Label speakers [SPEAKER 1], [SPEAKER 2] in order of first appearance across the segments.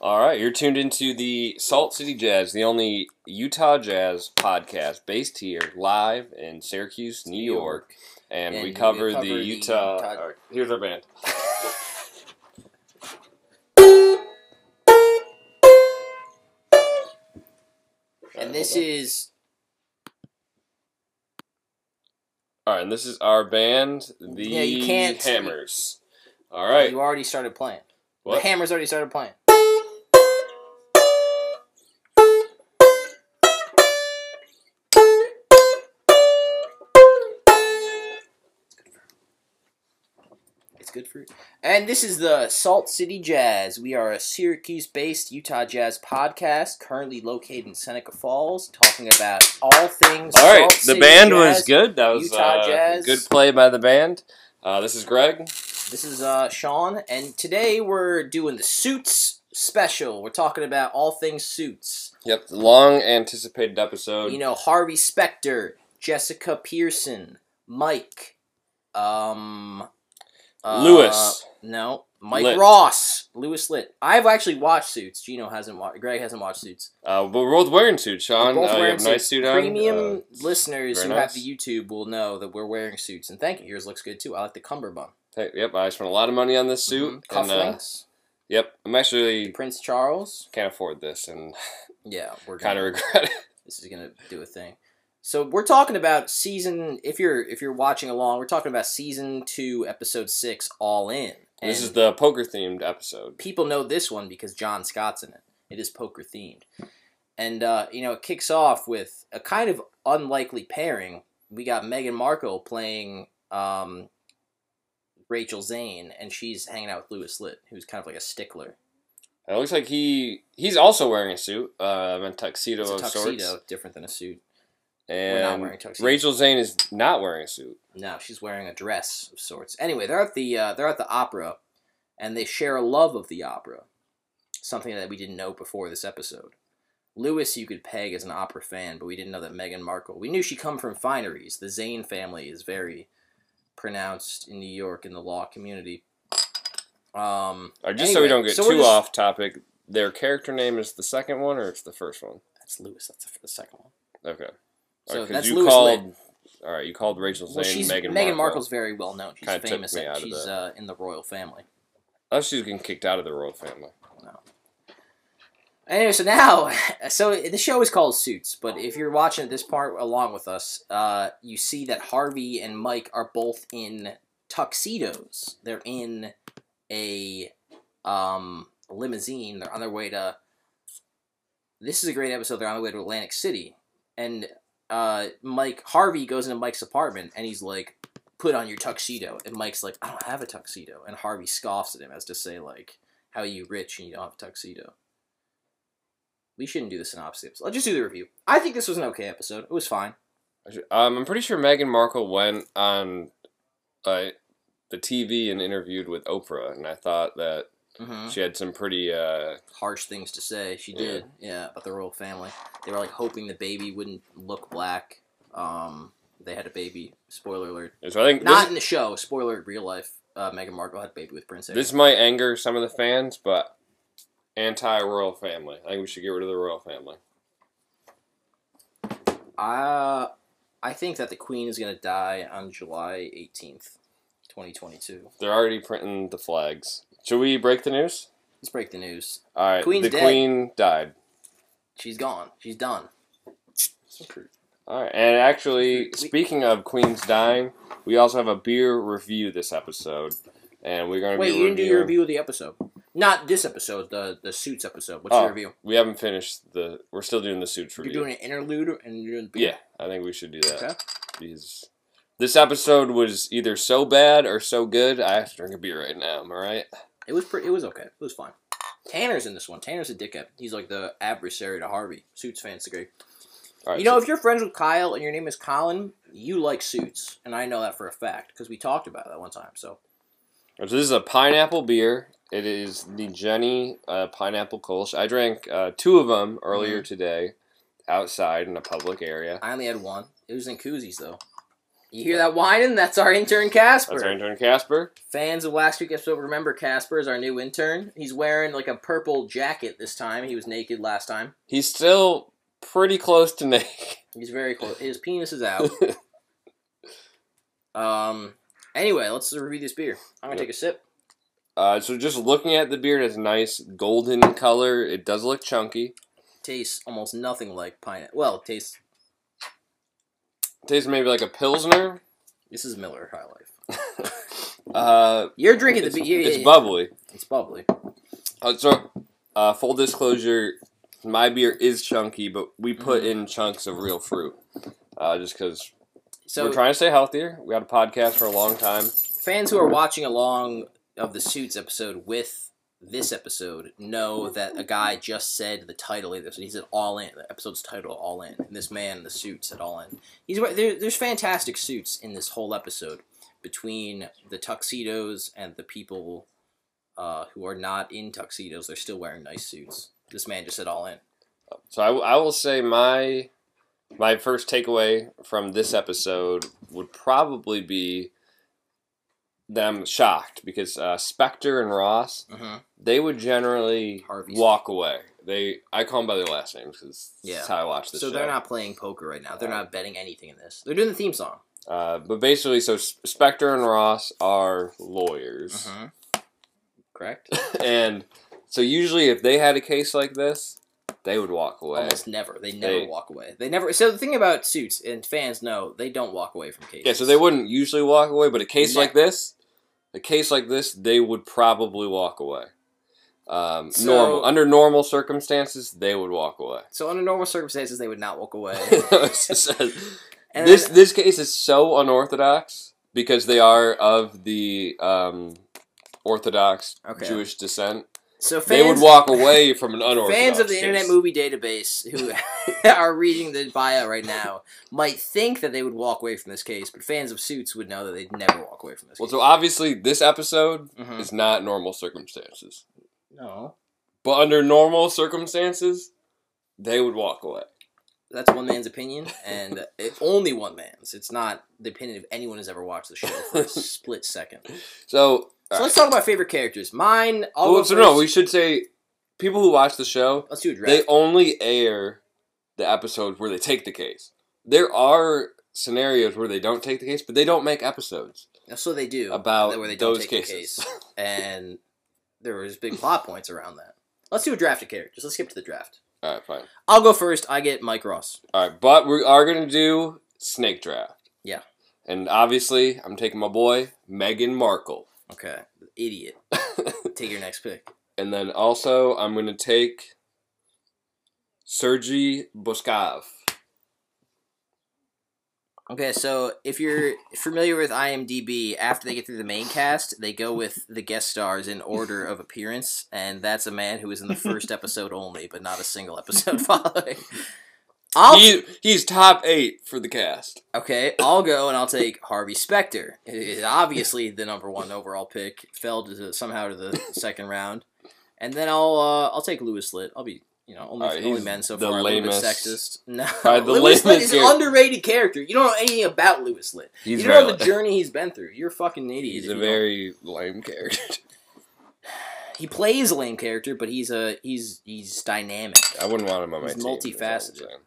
[SPEAKER 1] All right, you're tuned into the Salt City Jazz, the only Utah jazz podcast based here live in Syracuse, New
[SPEAKER 2] New
[SPEAKER 1] York, and,
[SPEAKER 2] And
[SPEAKER 1] we
[SPEAKER 2] we
[SPEAKER 1] cover the
[SPEAKER 2] cover the
[SPEAKER 1] Utah.
[SPEAKER 2] Utah-
[SPEAKER 1] all right, here's our band.
[SPEAKER 2] And this is
[SPEAKER 1] All right, and this is our band, the
[SPEAKER 2] Yeah, you can't-
[SPEAKER 1] Hammers. All right,
[SPEAKER 2] you already started playing.
[SPEAKER 1] what?
[SPEAKER 2] The hammers already started playing. It's good for you. And this is the Salt City Jazz. We are a Syracuse based Utah jazz podcast currently located in Seneca Falls, talking about all things.
[SPEAKER 1] all right,
[SPEAKER 2] Salt
[SPEAKER 1] the
[SPEAKER 2] City
[SPEAKER 1] band
[SPEAKER 2] jazz.
[SPEAKER 1] was good. That was
[SPEAKER 2] Utah
[SPEAKER 1] uh,
[SPEAKER 2] Jazz.
[SPEAKER 1] good play by the band. Uh, this is Greg.
[SPEAKER 2] This is uh, Sean, and today we're doing the suits special. We're talking about all things suits.
[SPEAKER 1] Yep, the long anticipated episode.
[SPEAKER 2] You know, Harvey Specter, Jessica Pearson, Mike, um, uh,
[SPEAKER 1] Lewis.
[SPEAKER 2] No, Mike
[SPEAKER 1] Litt.
[SPEAKER 2] Ross, Lewis Lit. I've actually watched Suits. Gino hasn't watched. Greg hasn't watched Suits.
[SPEAKER 1] Uh, but we're both wearing suits, Sean.
[SPEAKER 2] We're
[SPEAKER 1] uh, you have a
[SPEAKER 2] suits.
[SPEAKER 1] nice suit on.
[SPEAKER 2] Premium
[SPEAKER 1] Uh,
[SPEAKER 2] listeners
[SPEAKER 1] very
[SPEAKER 2] who
[SPEAKER 1] nice.
[SPEAKER 2] have the YouTube will know that we're wearing suits. And thank you. Yours looks good too. I like the cummerbund.
[SPEAKER 1] hey, yep, I spent a lot of money on this suit.
[SPEAKER 2] Mhm.
[SPEAKER 1] and, uh,
[SPEAKER 2] cufflinks,
[SPEAKER 1] yep, I'm actually
[SPEAKER 2] Prince Charles.
[SPEAKER 1] can't afford this, and
[SPEAKER 2] Yeah, we're
[SPEAKER 1] kind
[SPEAKER 2] gonna-
[SPEAKER 1] of regret it.
[SPEAKER 2] this is gonna do a thing. So we're talking about season. If you're if you're watching along, we're talking about season two, episode six, all in. And
[SPEAKER 1] this is the poker themed episode.
[SPEAKER 2] people know this one because John Scott's in it. It is poker themed, and uh, you know it kicks off with a kind of unlikely pairing. We got Meghan Markle playing um, Rachel Zane, and she's hanging out with Lewis Litt, who's kind of like a stickler.
[SPEAKER 1] It looks like he he's also wearing a suit, uh, a tuxedo
[SPEAKER 2] It's a
[SPEAKER 1] of
[SPEAKER 2] tuxedo,
[SPEAKER 1] sorts,
[SPEAKER 2] different than a suit. We're not wearing
[SPEAKER 1] and
[SPEAKER 2] tuxedos.
[SPEAKER 1] Rachel Zane is not wearing a suit.
[SPEAKER 2] No, she's wearing a dress of sorts. Anyway, they're at the uh, they're at the opera, and they share a love of the opera, something that we didn't know before this episode. Lewis, you could peg as an opera fan, but we didn't know that Meghan Markle. We knew she come from fineries. The Zane family is very pronounced in New York in the law community. Um,
[SPEAKER 1] Or Uh, just so we
[SPEAKER 2] Anyway,
[SPEAKER 1] don't get
[SPEAKER 2] so we're
[SPEAKER 1] too
[SPEAKER 2] just-
[SPEAKER 1] off topic, their character name is the second one, or it's the first one.
[SPEAKER 2] that's Lewis. That's the, the second one.
[SPEAKER 1] Okay.
[SPEAKER 2] So
[SPEAKER 1] Alright, 'cause
[SPEAKER 2] that's
[SPEAKER 1] you
[SPEAKER 2] Lewis
[SPEAKER 1] called. All right, you called Rachel Zane.
[SPEAKER 2] Well, she's
[SPEAKER 1] Meghan,
[SPEAKER 2] Meghan,
[SPEAKER 1] Markle.
[SPEAKER 2] Markle's very well known. She's
[SPEAKER 1] Kinda took
[SPEAKER 2] famous.
[SPEAKER 1] me
[SPEAKER 2] and
[SPEAKER 1] out of
[SPEAKER 2] She's
[SPEAKER 1] that.
[SPEAKER 2] uh, in the royal family.
[SPEAKER 1] Oh, she's getting kicked out of the royal family.
[SPEAKER 2] Anyway, so now, so the show is called Suits, but if you're watching this part along with us, uh, you see that Harvey and Mike are both in tuxedos. They're in a um, limousine. They're on their way to. This is a great episode. They're on their way to Atlantic City, and uh, Mike Harvey goes into Mike's apartment, and he's like, "Put on your tuxedo," and Mike's like, "I don't have a tuxedo," and Harvey scoffs at him as to say, like, "How are you rich and you don't have a tuxedo?" We shouldn't do the synopsis. episode. Let's just do the review. I think this was an okay episode. It was fine.
[SPEAKER 1] Um, I'm pretty sure Meghan Markle went on uh, the TV and interviewed with Oprah, and I thought that
[SPEAKER 2] Mm-hmm.
[SPEAKER 1] she had some pretty. Uh,
[SPEAKER 2] harsh things to say. She
[SPEAKER 1] Yeah.
[SPEAKER 2] did, yeah, about the royal family. They were like hoping the baby wouldn't look black. Um, they had a baby. Spoiler alert.
[SPEAKER 1] so I think
[SPEAKER 2] Not
[SPEAKER 1] this,
[SPEAKER 2] in the show. Spoiler alert. Real life. Uh, Meghan Markle had a baby with Prince Harry.
[SPEAKER 1] this might anger some of the fans, but anti royal family. I think we should get rid of the royal family.
[SPEAKER 2] uh, I think that the Queen is gonna die on July eighteenth, twenty twenty two.
[SPEAKER 1] They're already printing the flags. Should we break the news?
[SPEAKER 2] Let's break the news.
[SPEAKER 1] All right,
[SPEAKER 2] Queen's
[SPEAKER 1] the
[SPEAKER 2] dead.
[SPEAKER 1] queen died.
[SPEAKER 2] She's gone. She's done.
[SPEAKER 1] All right, and actually,
[SPEAKER 2] We-
[SPEAKER 1] speaking of queens dying, we also have a beer review this episode, and we're going to
[SPEAKER 2] Wait,
[SPEAKER 1] be
[SPEAKER 2] you didn't do your
[SPEAKER 1] reviewing-
[SPEAKER 2] review of the episode. Not this episode. The the suits episode. What's
[SPEAKER 1] Oh,
[SPEAKER 2] your review?
[SPEAKER 1] We haven't finished the. We're still doing the suits
[SPEAKER 2] You're
[SPEAKER 1] review.
[SPEAKER 2] doing an interlude and you're doing
[SPEAKER 1] yeah, I think we should do that.
[SPEAKER 2] Okay.
[SPEAKER 1] Because this episode was either so bad or so good. I have to drink a beer right now. Am I right?
[SPEAKER 2] It was pretty. It was okay. It was fine. Tanner's in this one. Tanner's a dickhead. He's like the adversary to Harvey. Suits fans agree.
[SPEAKER 1] All right.
[SPEAKER 2] You know,
[SPEAKER 1] so-
[SPEAKER 2] if you're friends with Kyle and your name is Colin, you like suits, and I know that for a fact because we talked about that one time. So
[SPEAKER 1] so, this is a pineapple beer. It is the Jenny uh, pineapple Kolsch. I drank uh, two of them earlier
[SPEAKER 2] Mm-hmm.
[SPEAKER 1] today, outside in a public area.
[SPEAKER 2] I only had one. It was in koozies though. You hear that whining? That's our intern Casper.
[SPEAKER 1] That's our intern Casper.
[SPEAKER 2] Fans of last week's episode remember Casper is our new intern. He's wearing like a purple jacket this time. He was naked last time.
[SPEAKER 1] He's still pretty close to Nick.
[SPEAKER 2] He's very close. His penis is out. um. Anyway, let's review this beer. I'm
[SPEAKER 1] Yep.
[SPEAKER 2] gonna take a sip.
[SPEAKER 1] Uh, so just looking at the beer, it has a nice golden color. It does look chunky.
[SPEAKER 2] Tastes almost nothing like pineapple. Well, it tastes.
[SPEAKER 1] Tastes maybe like a pilsner.
[SPEAKER 2] This is Miller High Life.
[SPEAKER 1] Uh,
[SPEAKER 2] You're drinking
[SPEAKER 1] it's,
[SPEAKER 2] the beer.
[SPEAKER 1] it's bubbly.
[SPEAKER 2] It's bubbly.
[SPEAKER 1] Uh, so, uh, full disclosure, my beer is chunky, but we
[SPEAKER 2] Mm.
[SPEAKER 1] put in chunks of real fruit. Uh, just because
[SPEAKER 2] So
[SPEAKER 1] we're trying to stay healthier. We had a podcast for a long time.
[SPEAKER 2] fans who are watching along of the Suits episode with this episode know that a guy just said the title of this. He said All In. The episode's title, All In. And this man, in the suit, said All In. He's right. There, there's fantastic suits in this whole episode between the tuxedos and the people uh, who are not in tuxedos. They're still wearing nice suits. This man just said All In.
[SPEAKER 1] So I, w- I will say my my first takeaway from this episode would probably be that I'm shocked because uh, Spectre and Ross
[SPEAKER 2] Mm-hmm.
[SPEAKER 1] they would generally
[SPEAKER 2] Harvey's.
[SPEAKER 1] walk away. They I call them by their last names because
[SPEAKER 2] Yeah.
[SPEAKER 1] that's how I watch this.
[SPEAKER 2] So
[SPEAKER 1] show.
[SPEAKER 2] they're not playing poker right now. They're not betting anything in this. They're doing the theme song.
[SPEAKER 1] Uh, but basically, so S- Spectre and Ross are lawyers,
[SPEAKER 2] Mm-hmm. Correct?
[SPEAKER 1] and so usually if they had a case like this, they would walk away.
[SPEAKER 2] Almost never. They never
[SPEAKER 1] They-
[SPEAKER 2] walk away. They never. So the thing about suits and fans know they don't walk away from cases.
[SPEAKER 1] Yeah, so they wouldn't usually walk away, but a case
[SPEAKER 2] Ne-
[SPEAKER 1] like this, a case like this, they would probably walk away. Um,
[SPEAKER 2] So-
[SPEAKER 1] normal under normal circumstances, they would walk away.
[SPEAKER 2] So under normal circumstances, they would not walk away.
[SPEAKER 1] It's just-
[SPEAKER 2] And
[SPEAKER 1] this
[SPEAKER 2] then-
[SPEAKER 1] this case is so unorthodox because they are of the um, orthodox
[SPEAKER 2] Okay.
[SPEAKER 1] Jewish descent.
[SPEAKER 2] so fans,
[SPEAKER 1] they would walk away from an unorthodox.
[SPEAKER 2] Fans of the
[SPEAKER 1] case.
[SPEAKER 2] Internet Movie Database who are reading the bio right now might think that they would walk away from this case, but fans of Suits would know that they'd never walk away from this.
[SPEAKER 1] Well,
[SPEAKER 2] case.
[SPEAKER 1] so obviously this episode
[SPEAKER 2] Mhm.
[SPEAKER 1] is not normal circumstances,
[SPEAKER 2] No,
[SPEAKER 1] but under normal circumstances, they would walk away.
[SPEAKER 2] that's one man's opinion, and it, only one man's. It's not the opinion of anyone who's ever watched the show for a split second.
[SPEAKER 1] So,
[SPEAKER 2] So let's talk about favorite characters. Mine. I'll
[SPEAKER 1] Well,
[SPEAKER 2] go
[SPEAKER 1] so no,
[SPEAKER 2] first.
[SPEAKER 1] we should say people who watch the show
[SPEAKER 2] Let's do a draft.
[SPEAKER 1] they only air the episodes where they take the case. There are scenarios where they don't take the case, but they don't make episodes
[SPEAKER 2] so they do
[SPEAKER 1] about
[SPEAKER 2] that where they don't
[SPEAKER 1] those
[SPEAKER 2] take the
[SPEAKER 1] cases.
[SPEAKER 2] case. and there was big plot points around that. Let's do a draft of characters. Let's skip to the draft.
[SPEAKER 1] All right, fine.
[SPEAKER 2] I'll go first. I get Mike Ross.
[SPEAKER 1] All right, but we are gonna do snake draft.
[SPEAKER 2] Yeah.
[SPEAKER 1] and obviously I'm taking my boy Meghan Markle,
[SPEAKER 2] Okay, idiot. Take your next pick.
[SPEAKER 1] and then also I'm gonna take Sergi Boskov.
[SPEAKER 2] Okay, so if you're familiar with IMDb, after they get through the main cast, they go with the guest stars in order of appearance, and that's a man who was in the first episode only, but not a single episode following. I'll
[SPEAKER 1] He, he's top eight for the cast.
[SPEAKER 2] Okay, I'll go and I'll take Harvey Specter. It is obviously the number one overall pick. Fell to the, somehow to the second round, and then I'll uh, I'll take Lewis Litt. I'll be you know only,
[SPEAKER 1] All right,
[SPEAKER 2] only
[SPEAKER 1] he's
[SPEAKER 2] men so
[SPEAKER 1] the
[SPEAKER 2] far. a little bit
[SPEAKER 1] lamest-
[SPEAKER 2] sexist. No,
[SPEAKER 1] Probably the
[SPEAKER 2] Lewis Litt
[SPEAKER 1] lamest
[SPEAKER 2] is an
[SPEAKER 1] character.
[SPEAKER 2] underrated character. You don't know anything about Lewis Litt.
[SPEAKER 1] He's
[SPEAKER 2] you don't know
[SPEAKER 1] very-
[SPEAKER 2] the journey he's been through. You're a fucking idiot.
[SPEAKER 1] He's
[SPEAKER 2] if
[SPEAKER 1] a
[SPEAKER 2] you
[SPEAKER 1] very lame character.
[SPEAKER 2] don't. he plays a lame character, but he's a he's he's dynamic.
[SPEAKER 1] I wouldn't want him on
[SPEAKER 2] He's
[SPEAKER 1] my team. that's all I'm
[SPEAKER 2] multifaceted.
[SPEAKER 1] saying.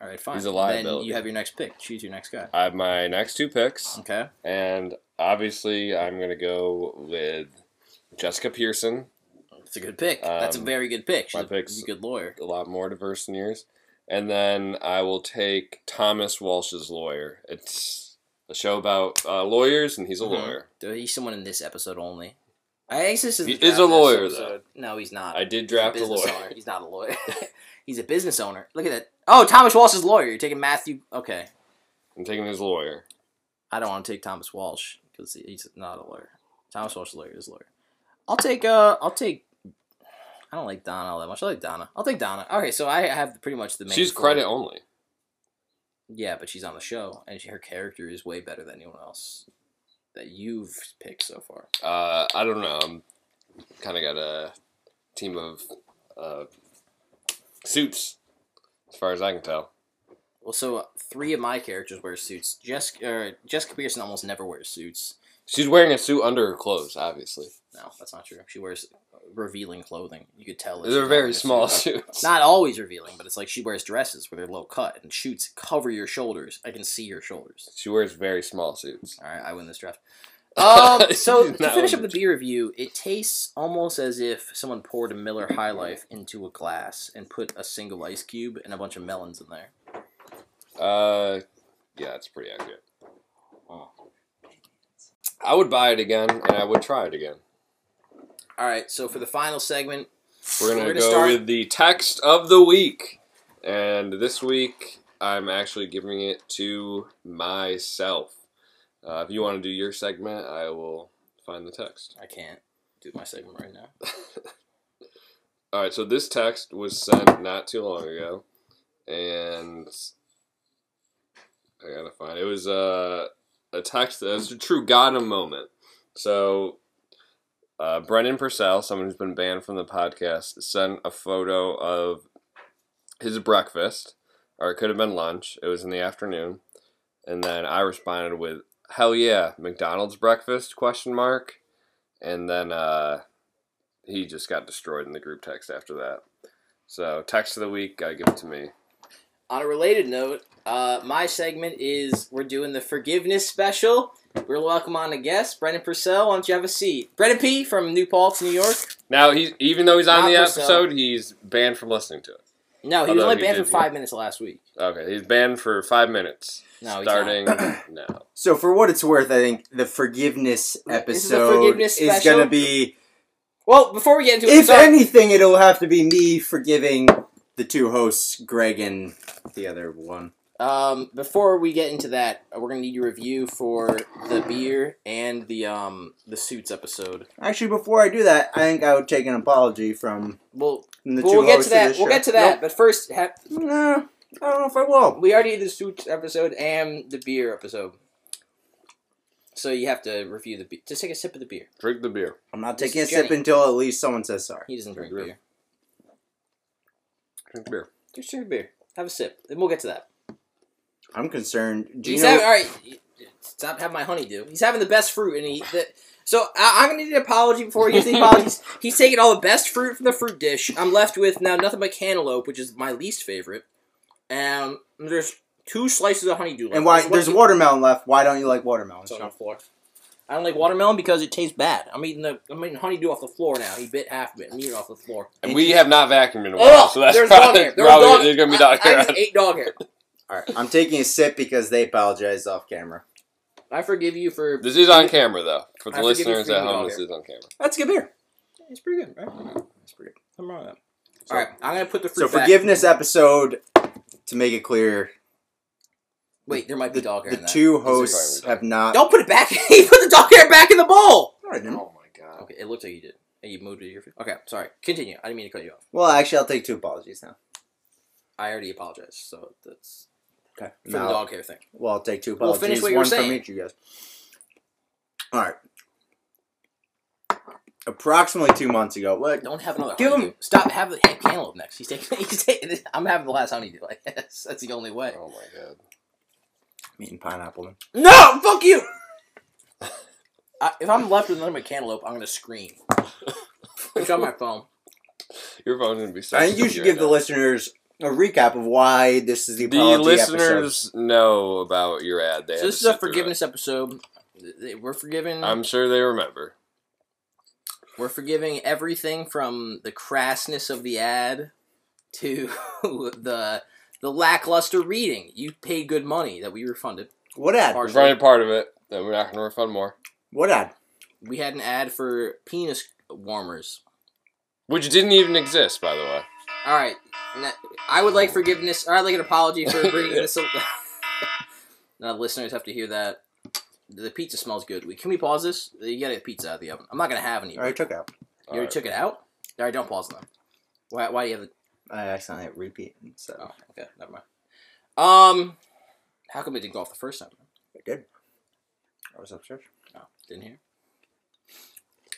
[SPEAKER 2] All right, fine.
[SPEAKER 1] He's a
[SPEAKER 2] Then
[SPEAKER 1] liability.
[SPEAKER 2] you have your next pick. Choose your next guy.
[SPEAKER 1] I have my next two picks,
[SPEAKER 2] Okay.
[SPEAKER 1] and obviously I'm gonna go with Jessica Pearson.
[SPEAKER 2] That's a good pick. That's a
[SPEAKER 1] Um,
[SPEAKER 2] very good pick. She's
[SPEAKER 1] my
[SPEAKER 2] a-
[SPEAKER 1] pick's-
[SPEAKER 2] she's a good lawyer.
[SPEAKER 1] A lot more diverse than yours. And then I will take Thomas Walsh's lawyer. It's a show about uh, lawyers, and he's a
[SPEAKER 2] Mhm.
[SPEAKER 1] lawyer.
[SPEAKER 2] There- He's someone in this episode only. I guess this is.
[SPEAKER 1] He
[SPEAKER 2] the
[SPEAKER 1] is
[SPEAKER 2] draft
[SPEAKER 1] a
[SPEAKER 2] this
[SPEAKER 1] lawyer,
[SPEAKER 2] episode. No, he's not.
[SPEAKER 1] I did
[SPEAKER 2] He's
[SPEAKER 1] draft a
[SPEAKER 2] business
[SPEAKER 1] lawyer.
[SPEAKER 2] owner. He's not a lawyer. he's a business owner. Look at that. Oh, Thomas Walsh is lawyer. You're taking Matthew. Okay,
[SPEAKER 1] I'm taking his lawyer.
[SPEAKER 2] I don't want to take Thomas Walsh because he's not a lawyer. Thomas Walsh is lawyer is lawyer. I'll take. Uh, I'll take. I don't like Donna all that much. I like Donna. I'll take Donna. Okay, so I have pretty much the main.
[SPEAKER 1] She's
[SPEAKER 2] four.
[SPEAKER 1] credit only.
[SPEAKER 2] Yeah, but she's on the show, and she, her character is way better than anyone else that you've picked so far.
[SPEAKER 1] Uh, I don't know. I'm kind of got a team of uh, suits, as far as I can tell.
[SPEAKER 2] Well, so uh, three of my characters wear suits. Jessica, er, Jessica Pearson almost never wears suits.
[SPEAKER 1] She's wearing a suit under her clothes, obviously.
[SPEAKER 2] No, that's not true. She wears revealing clothing. You could tell. that she's
[SPEAKER 1] They're
[SPEAKER 2] not wearing
[SPEAKER 1] very
[SPEAKER 2] a
[SPEAKER 1] small
[SPEAKER 2] suit.
[SPEAKER 1] suits.
[SPEAKER 2] Not always revealing, but it's like she wears dresses where they're low cut and shoots cover your shoulders. I can see your shoulders.
[SPEAKER 1] She wears very small suits.
[SPEAKER 2] All right, I win this draft. Um, so to
[SPEAKER 1] Not
[SPEAKER 2] finish up
[SPEAKER 1] one.
[SPEAKER 2] the beer review, it tastes almost as if someone poured a Miller High Life into a glass and put a single ice cube and a bunch of melons in there.
[SPEAKER 1] Uh, yeah, it's pretty accurate. I would buy it again, and I would try it again.
[SPEAKER 2] All right, so for the final segment,
[SPEAKER 1] We're gonna,
[SPEAKER 2] We're gonna
[SPEAKER 1] go
[SPEAKER 2] start-
[SPEAKER 1] with the text of the week, and this week I'm actually giving it to myself. Uh, if you want to do your segment, I will find the text.
[SPEAKER 2] I can't do my segment right now.
[SPEAKER 1] All right, so this text was sent not too long ago, and I gotta find it was uh, a text that was a true Gotham moment. So, uh, Brendan Purcell, someone who's been banned from the podcast, sent a photo of his breakfast, or it could have been lunch. It was in the afternoon, and then I responded with "Hell yeah, McDonald's breakfast?" question mark, and then uh, he just got destroyed in the group text after that. So text of the week, gotta give it to me.
[SPEAKER 2] On a related note, uh, my segment is we're doing the forgiveness special. We're welcome on a guest, Brendan Purcell. Why don't you have a seat? Brendan P from New Paltz, New York.
[SPEAKER 1] Now he's even though he's on
[SPEAKER 2] Not
[SPEAKER 1] the
[SPEAKER 2] Purcell.
[SPEAKER 1] episode, he's banned from listening to it.
[SPEAKER 2] No, he was
[SPEAKER 1] Although
[SPEAKER 2] only
[SPEAKER 1] he
[SPEAKER 2] banned for
[SPEAKER 1] did
[SPEAKER 2] five minutes last week.
[SPEAKER 1] Okay, he's banned for five minutes.
[SPEAKER 2] No, he's not.
[SPEAKER 1] starting now.
[SPEAKER 3] So for what it's worth, I think the forgiveness
[SPEAKER 2] This
[SPEAKER 3] episode
[SPEAKER 2] is a forgiveness
[SPEAKER 3] is
[SPEAKER 2] special.
[SPEAKER 3] going to be,
[SPEAKER 2] Well, before we get into it,
[SPEAKER 3] if
[SPEAKER 2] sorry.
[SPEAKER 3] anything, it'll have to be me forgiving the two hosts, Greg and the other one.
[SPEAKER 2] um, before we get into that, uh, we're gonna need your review for the beer and the um the suits episode.
[SPEAKER 3] Actually, before I do that, I think I would take an apology from
[SPEAKER 2] We'll
[SPEAKER 3] the
[SPEAKER 2] we'll
[SPEAKER 3] two
[SPEAKER 2] get to
[SPEAKER 3] hosts
[SPEAKER 2] that.
[SPEAKER 3] of this
[SPEAKER 2] We'll
[SPEAKER 3] show.
[SPEAKER 2] get to that. But first, ha-
[SPEAKER 3] Nope. No, I don't know if I will.
[SPEAKER 2] we already did the suits episode and the beer episode. So you have to review the beer. Just take a sip of the beer.
[SPEAKER 1] Drink the beer.
[SPEAKER 3] I'm not
[SPEAKER 2] This
[SPEAKER 3] taking a
[SPEAKER 2] is
[SPEAKER 3] sip
[SPEAKER 2] Jenny.
[SPEAKER 3] until at least someone says sorry.
[SPEAKER 2] He doesn't drink
[SPEAKER 1] Agree.
[SPEAKER 2] beer.
[SPEAKER 1] Drink the beer.
[SPEAKER 2] Just drink beer. Have a sip. Then we'll get to that.
[SPEAKER 3] I'm concerned. Do you
[SPEAKER 2] He's
[SPEAKER 3] know?
[SPEAKER 2] having, all right, stop having my honeydew. He's having the best fruit, and
[SPEAKER 3] Oh.
[SPEAKER 2] he. The, so I, I'm gonna need an apology before he gets the apologies. He's taking all the best fruit from the fruit dish. I'm left with now nothing but cantaloupe, which is my least favorite. Um, there's two slices of honeydew. Left.
[SPEAKER 3] and why
[SPEAKER 2] What-
[SPEAKER 3] there's watermelon left? Why don't you like watermelon?
[SPEAKER 2] It's on the floor. I don't like watermelon because it tastes bad. I'm eating the I'm eating honeydew off the floor now. He bit half of it. I'm eating it off the floor.
[SPEAKER 1] And
[SPEAKER 3] It
[SPEAKER 1] we
[SPEAKER 3] just-
[SPEAKER 1] have not vacuumed in a while,
[SPEAKER 2] Oh,
[SPEAKER 1] so that's
[SPEAKER 2] there's dog
[SPEAKER 1] probably,
[SPEAKER 2] hair. There's
[SPEAKER 1] probably-
[SPEAKER 2] dog
[SPEAKER 1] there's gonna be
[SPEAKER 2] I-
[SPEAKER 1] dog hair.
[SPEAKER 2] I
[SPEAKER 1] on
[SPEAKER 2] just
[SPEAKER 1] it.
[SPEAKER 2] ate dog hair.
[SPEAKER 3] All right, I'm taking a sip because they apologized off camera.
[SPEAKER 2] I forgive you for.
[SPEAKER 1] This is on camera though. For the
[SPEAKER 2] I forgive you
[SPEAKER 1] listeners
[SPEAKER 2] for
[SPEAKER 1] at
[SPEAKER 2] eating
[SPEAKER 1] home,
[SPEAKER 2] dog
[SPEAKER 1] this
[SPEAKER 2] hair.
[SPEAKER 1] is on camera.
[SPEAKER 3] That's good beer.
[SPEAKER 2] It's pretty good, right?
[SPEAKER 3] That's pretty good.
[SPEAKER 2] I'm wrong with that.
[SPEAKER 3] So-
[SPEAKER 2] All right, I'm gonna put the fruit.
[SPEAKER 3] So
[SPEAKER 2] back.
[SPEAKER 3] forgiveness episode to make it clear,
[SPEAKER 2] Wait, there might be dog hair.
[SPEAKER 3] the
[SPEAKER 2] in that.
[SPEAKER 3] two
[SPEAKER 1] fine with
[SPEAKER 3] hosts
[SPEAKER 1] that.
[SPEAKER 3] have not.
[SPEAKER 2] Don't put it back. he put the dog hair back in the bowl.
[SPEAKER 3] No, I didn't.
[SPEAKER 1] Oh my god.
[SPEAKER 2] Okay, it looked like you did. And you moved it. to Your okay, sorry. Continue. I didn't mean to cut you off.
[SPEAKER 3] Well, actually, I'll take two apologies now.
[SPEAKER 2] I already apologized. So that's
[SPEAKER 3] Okay.
[SPEAKER 2] for the dog hair thing.
[SPEAKER 3] Well, I'll take two
[SPEAKER 2] Well,
[SPEAKER 3] apologies.
[SPEAKER 2] finish what you were
[SPEAKER 3] one
[SPEAKER 2] saying.
[SPEAKER 3] from each of you guys. All right. Approximately two months ago. What?
[SPEAKER 2] Don't have another.
[SPEAKER 3] Give him-
[SPEAKER 2] honeydew. Stop. Have the have cantaloupe next. He's taking. He's taking. I'm having the last honeydew. I guess that's the only way.
[SPEAKER 1] Oh my god.
[SPEAKER 3] I'm eating pineapple. then.
[SPEAKER 2] No, fuck you. I, if I'm left with another cantaloupe, I'm gonna scream. It's on my phone.
[SPEAKER 1] Your phone's gonna be so
[SPEAKER 3] I think you should give the listeners a recap of why this is the
[SPEAKER 1] The
[SPEAKER 3] apology episode.
[SPEAKER 1] listeners know about your ad. They had
[SPEAKER 2] So this
[SPEAKER 1] to
[SPEAKER 2] is a
[SPEAKER 1] sit through it.
[SPEAKER 2] forgiveness episode. Th- th- We're forgiving.
[SPEAKER 1] I'm sure they remember.
[SPEAKER 2] We're forgiving everything from the crassness of the ad to the the lackluster reading. You paid good money that we refunded.
[SPEAKER 3] What ad?
[SPEAKER 1] We've
[SPEAKER 2] Partially.
[SPEAKER 1] already part of it, and we're not going to refund more.
[SPEAKER 3] What ad?
[SPEAKER 2] We had an ad for penis warmers.
[SPEAKER 1] Which didn't even exist, by the way.
[SPEAKER 2] All right, na- I would like forgiveness. Or I'd like an apology for bringing this. up. now the listeners have to hear that. The pizza smells good. We can we pause this? You gotta get pizza out of the oven. I'm not gonna have any.
[SPEAKER 3] I already took out.
[SPEAKER 2] you already
[SPEAKER 1] Alright.
[SPEAKER 2] took it out. All right, don't pause them. Why? Why do you have the
[SPEAKER 3] I accidentally hit repeat. So
[SPEAKER 2] Oh, okay, never mind. Um, how come it didn't go off the first time?
[SPEAKER 3] I did. I was upstairs.
[SPEAKER 2] Oh, didn't hear.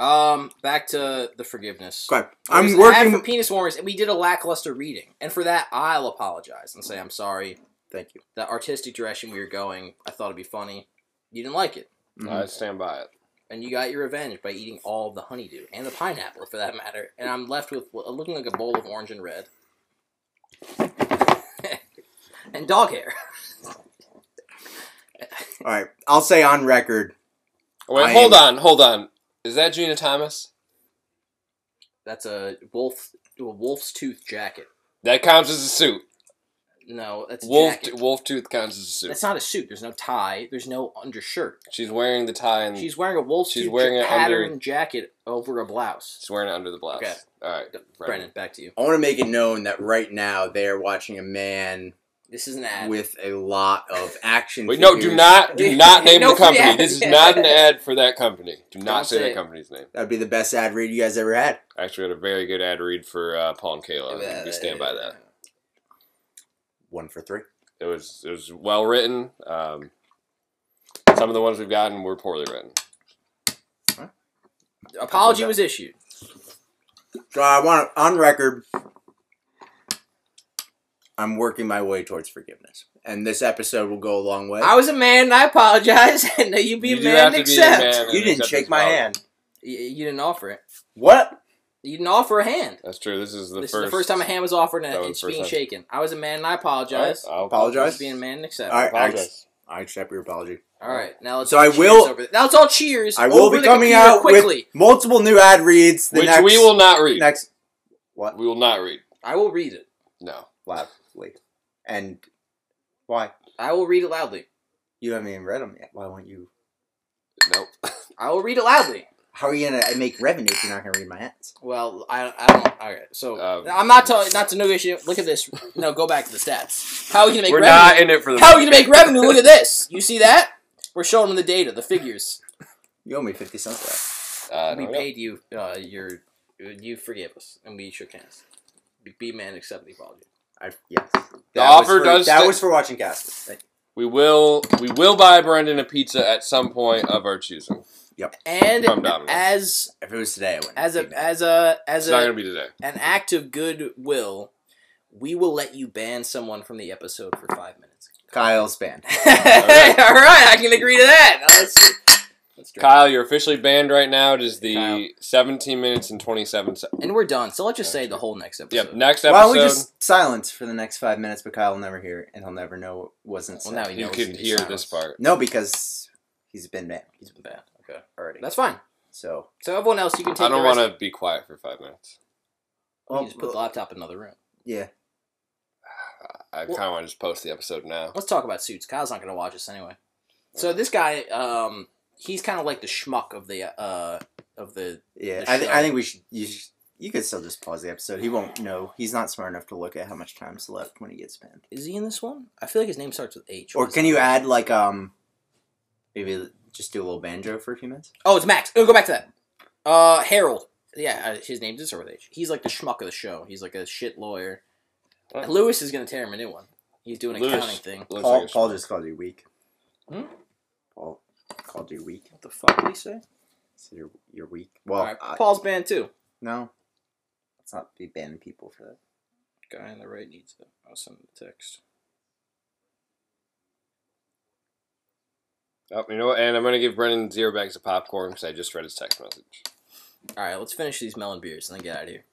[SPEAKER 2] Um, back to the forgiveness.
[SPEAKER 3] Okay.
[SPEAKER 2] There was
[SPEAKER 3] I'm
[SPEAKER 2] an ad for
[SPEAKER 3] working.
[SPEAKER 2] penis warmers, and we did a lackluster reading, and for that I'll apologize and say I'm sorry.
[SPEAKER 3] Thank you.
[SPEAKER 2] the artistic direction we were going, I thought it'd be funny. You didn't like it,
[SPEAKER 1] I stand by it.
[SPEAKER 2] and you got your revenge by eating all of the honeydew and the pineapple, for that matter. And I'm left with what- looking like a bowl of orange and red, and dog hair.
[SPEAKER 3] All right. I'll say on record.
[SPEAKER 1] Wait,
[SPEAKER 3] I am-
[SPEAKER 1] hold on, hold on. Is that Gina Thomas?
[SPEAKER 2] That's a wolf, a wolf's tooth jacket.
[SPEAKER 1] That counts as a suit.
[SPEAKER 2] No, that's a
[SPEAKER 1] Wolf
[SPEAKER 2] jacket.
[SPEAKER 1] Wolf Tooth counts as a suit.
[SPEAKER 2] That's not a suit. There's no tie. There's no undershirt.
[SPEAKER 1] She's wearing the tie and she's,
[SPEAKER 2] She's wearing a wolf's
[SPEAKER 1] Mm. She's
[SPEAKER 2] tooth
[SPEAKER 1] wearing it
[SPEAKER 2] pattern
[SPEAKER 1] under-
[SPEAKER 2] jacket over a blouse.
[SPEAKER 1] wearing it under the blouse.
[SPEAKER 2] Okay.
[SPEAKER 1] All right,
[SPEAKER 2] Brennan, back to you.
[SPEAKER 3] I want to make it known that right now they are watching a man
[SPEAKER 2] This is an ad.
[SPEAKER 3] with a lot of action.
[SPEAKER 1] Wait, no, do
[SPEAKER 3] figures.
[SPEAKER 1] not, do not name
[SPEAKER 2] No
[SPEAKER 1] the
[SPEAKER 2] for the
[SPEAKER 1] company.
[SPEAKER 2] ad.
[SPEAKER 1] This is not an ad for that company. Do not
[SPEAKER 2] Don't
[SPEAKER 1] say
[SPEAKER 2] say
[SPEAKER 1] that
[SPEAKER 2] it.
[SPEAKER 1] company's name.
[SPEAKER 3] That'd be the best ad read you guys ever had.
[SPEAKER 1] I actually had a very good ad read for uh, Paul and Kayla.
[SPEAKER 2] Uh,
[SPEAKER 1] We stand by that.
[SPEAKER 3] One for three.
[SPEAKER 1] It was it was well written. Um, some of the ones we've gotten were poorly written.
[SPEAKER 2] Apology was issued.
[SPEAKER 3] So I want on record. I'm working my way towards forgiveness, and this episode will go a long way.
[SPEAKER 2] I was a man. and I apologize, and now you be
[SPEAKER 1] You
[SPEAKER 2] a
[SPEAKER 1] do
[SPEAKER 2] man.
[SPEAKER 1] have
[SPEAKER 2] and
[SPEAKER 1] to be a
[SPEAKER 2] accept.
[SPEAKER 1] man.
[SPEAKER 3] you didn't
[SPEAKER 1] Acceptance
[SPEAKER 3] shake my
[SPEAKER 1] policy.
[SPEAKER 3] hand.
[SPEAKER 2] Y- You didn't offer it.
[SPEAKER 3] What?
[SPEAKER 2] You didn't offer a hand.
[SPEAKER 1] That's true. This is the
[SPEAKER 2] this
[SPEAKER 1] first
[SPEAKER 2] is the first time a hand was offered, and
[SPEAKER 1] That was
[SPEAKER 2] it's
[SPEAKER 1] the first
[SPEAKER 2] being
[SPEAKER 1] time.
[SPEAKER 2] shaken. I was a man, and I apologize.
[SPEAKER 1] I'll
[SPEAKER 2] I
[SPEAKER 3] Apologize.
[SPEAKER 2] was being a man and accept.
[SPEAKER 3] All right.
[SPEAKER 1] Apologize.
[SPEAKER 3] I accept your apology.
[SPEAKER 2] All right, now let's.
[SPEAKER 3] So
[SPEAKER 2] all
[SPEAKER 3] I
[SPEAKER 2] cheers
[SPEAKER 3] will-
[SPEAKER 2] Over now it's all cheers.
[SPEAKER 3] I will
[SPEAKER 2] over
[SPEAKER 3] be
[SPEAKER 2] the
[SPEAKER 3] coming
[SPEAKER 2] computer
[SPEAKER 3] out
[SPEAKER 2] quickly.
[SPEAKER 3] with multiple new ad reads. The
[SPEAKER 1] Which
[SPEAKER 3] next,
[SPEAKER 1] we will not read.
[SPEAKER 3] next what
[SPEAKER 1] We will not read.
[SPEAKER 2] I will read it.
[SPEAKER 1] No.
[SPEAKER 3] loudly, and why
[SPEAKER 2] I will read it loudly.
[SPEAKER 3] you haven't even read them yet? Why won't you?
[SPEAKER 1] Nope.
[SPEAKER 2] I will read it loudly.
[SPEAKER 3] How are you gonna make revenue if you're not gonna read my ads?
[SPEAKER 2] Well, I, I don't. All right, so
[SPEAKER 1] Um,
[SPEAKER 2] I'm not telling not to negotiate. Look at this. No, go back to the stats. How are you gonna make
[SPEAKER 1] We're
[SPEAKER 2] revenue?
[SPEAKER 1] not in it for the.
[SPEAKER 2] How are you gonna make revenue? Look at this. You see that? We're showing them the data, the figures.
[SPEAKER 3] You owe me fifty cents. For that.
[SPEAKER 1] Uh,
[SPEAKER 2] we
[SPEAKER 1] no, no.
[SPEAKER 2] paid you. Uh, your you forgave us, and we shook hands. Be- Be man, accept the apology.
[SPEAKER 3] I, yes.
[SPEAKER 1] The
[SPEAKER 3] That was
[SPEAKER 1] offer
[SPEAKER 3] for-
[SPEAKER 1] does
[SPEAKER 3] That
[SPEAKER 1] sta-
[SPEAKER 3] was for watching Casper.
[SPEAKER 1] We will. We will buy Brendan a pizza at some point of our choosing.
[SPEAKER 2] And
[SPEAKER 1] From Domino's.
[SPEAKER 2] as
[SPEAKER 3] If it was today, I wouldn't.
[SPEAKER 2] as
[SPEAKER 3] do
[SPEAKER 2] a
[SPEAKER 3] that.
[SPEAKER 2] as a as
[SPEAKER 1] It's not gonna
[SPEAKER 2] a,
[SPEAKER 1] be today.
[SPEAKER 2] an act of goodwill, we will let you ban someone from the episode for five minutes.
[SPEAKER 3] Kyle's band.
[SPEAKER 1] right.
[SPEAKER 2] All right, I can agree to that. Now let's see. Let's drink.
[SPEAKER 1] Kyle, you're officially banned right now. It is the
[SPEAKER 2] Kyle.
[SPEAKER 1] 17 minutes and 27 seconds.
[SPEAKER 2] And we're done. So let's just say the whole next episode.
[SPEAKER 1] Yep. Next
[SPEAKER 3] Why don't
[SPEAKER 1] episode,
[SPEAKER 3] we just silence for the next five minutes? But Kyle will never hear, it, and he'll never know what wasn't
[SPEAKER 2] Well,
[SPEAKER 3] said.
[SPEAKER 2] now he
[SPEAKER 1] you
[SPEAKER 2] knows.
[SPEAKER 1] can
[SPEAKER 2] he's
[SPEAKER 1] hear
[SPEAKER 2] silent.
[SPEAKER 1] this part.
[SPEAKER 3] No, because he's been banned
[SPEAKER 2] He's been bad. Okay.
[SPEAKER 3] already.
[SPEAKER 2] That's fine.
[SPEAKER 3] so.
[SPEAKER 2] So everyone else, you can take.
[SPEAKER 1] I don't Oh.
[SPEAKER 2] want
[SPEAKER 1] want to be quiet for five minutes.
[SPEAKER 2] You just put the laptop in another room.
[SPEAKER 3] yeah.
[SPEAKER 1] I
[SPEAKER 2] Well-
[SPEAKER 1] kind of want to just post the episode now.
[SPEAKER 2] Let's talk about suits. Kyle's not going to watch this anyway. So this guy, um, he's kind of like the schmuck of the uh of the.
[SPEAKER 3] Yeah,
[SPEAKER 2] the
[SPEAKER 3] I, th-
[SPEAKER 2] show.
[SPEAKER 3] I think we should. You, should, you could still just pause the episode. He won't know. He's not smart enough to look at how much time's left when he gets banned.
[SPEAKER 2] Is he in this one? I feel like his name starts with H.
[SPEAKER 3] Or can you add like um, maybe just do a little banjo for a few minutes?
[SPEAKER 2] Oh, it's Max. Oh, go back to that. Uh, Harold. Yeah, uh, his name does start with H. He's like the schmuck of the show. He's like a shit lawyer.
[SPEAKER 1] What?
[SPEAKER 2] Lewis is going to tear him a new one. He's doing an
[SPEAKER 1] Lewis.
[SPEAKER 2] accounting thing.
[SPEAKER 1] Looks
[SPEAKER 3] Paul,
[SPEAKER 1] like a
[SPEAKER 3] Paul
[SPEAKER 1] schmuck.
[SPEAKER 3] just called you weak.
[SPEAKER 2] Hmm?
[SPEAKER 3] Paul called you weak.
[SPEAKER 2] What the fuck did he say?
[SPEAKER 3] So you're you're weak. Well,
[SPEAKER 2] All right,
[SPEAKER 3] I-
[SPEAKER 2] Paul's banned too.
[SPEAKER 3] no. Let's not be banning people for that.
[SPEAKER 2] Guy on the right needs it. I'll send him a text.
[SPEAKER 1] Oh, you know what? And I'm going to give Brendan zero bags of popcorn because I just read his text message.
[SPEAKER 2] All right, let's finish these melon beers and then get out of here.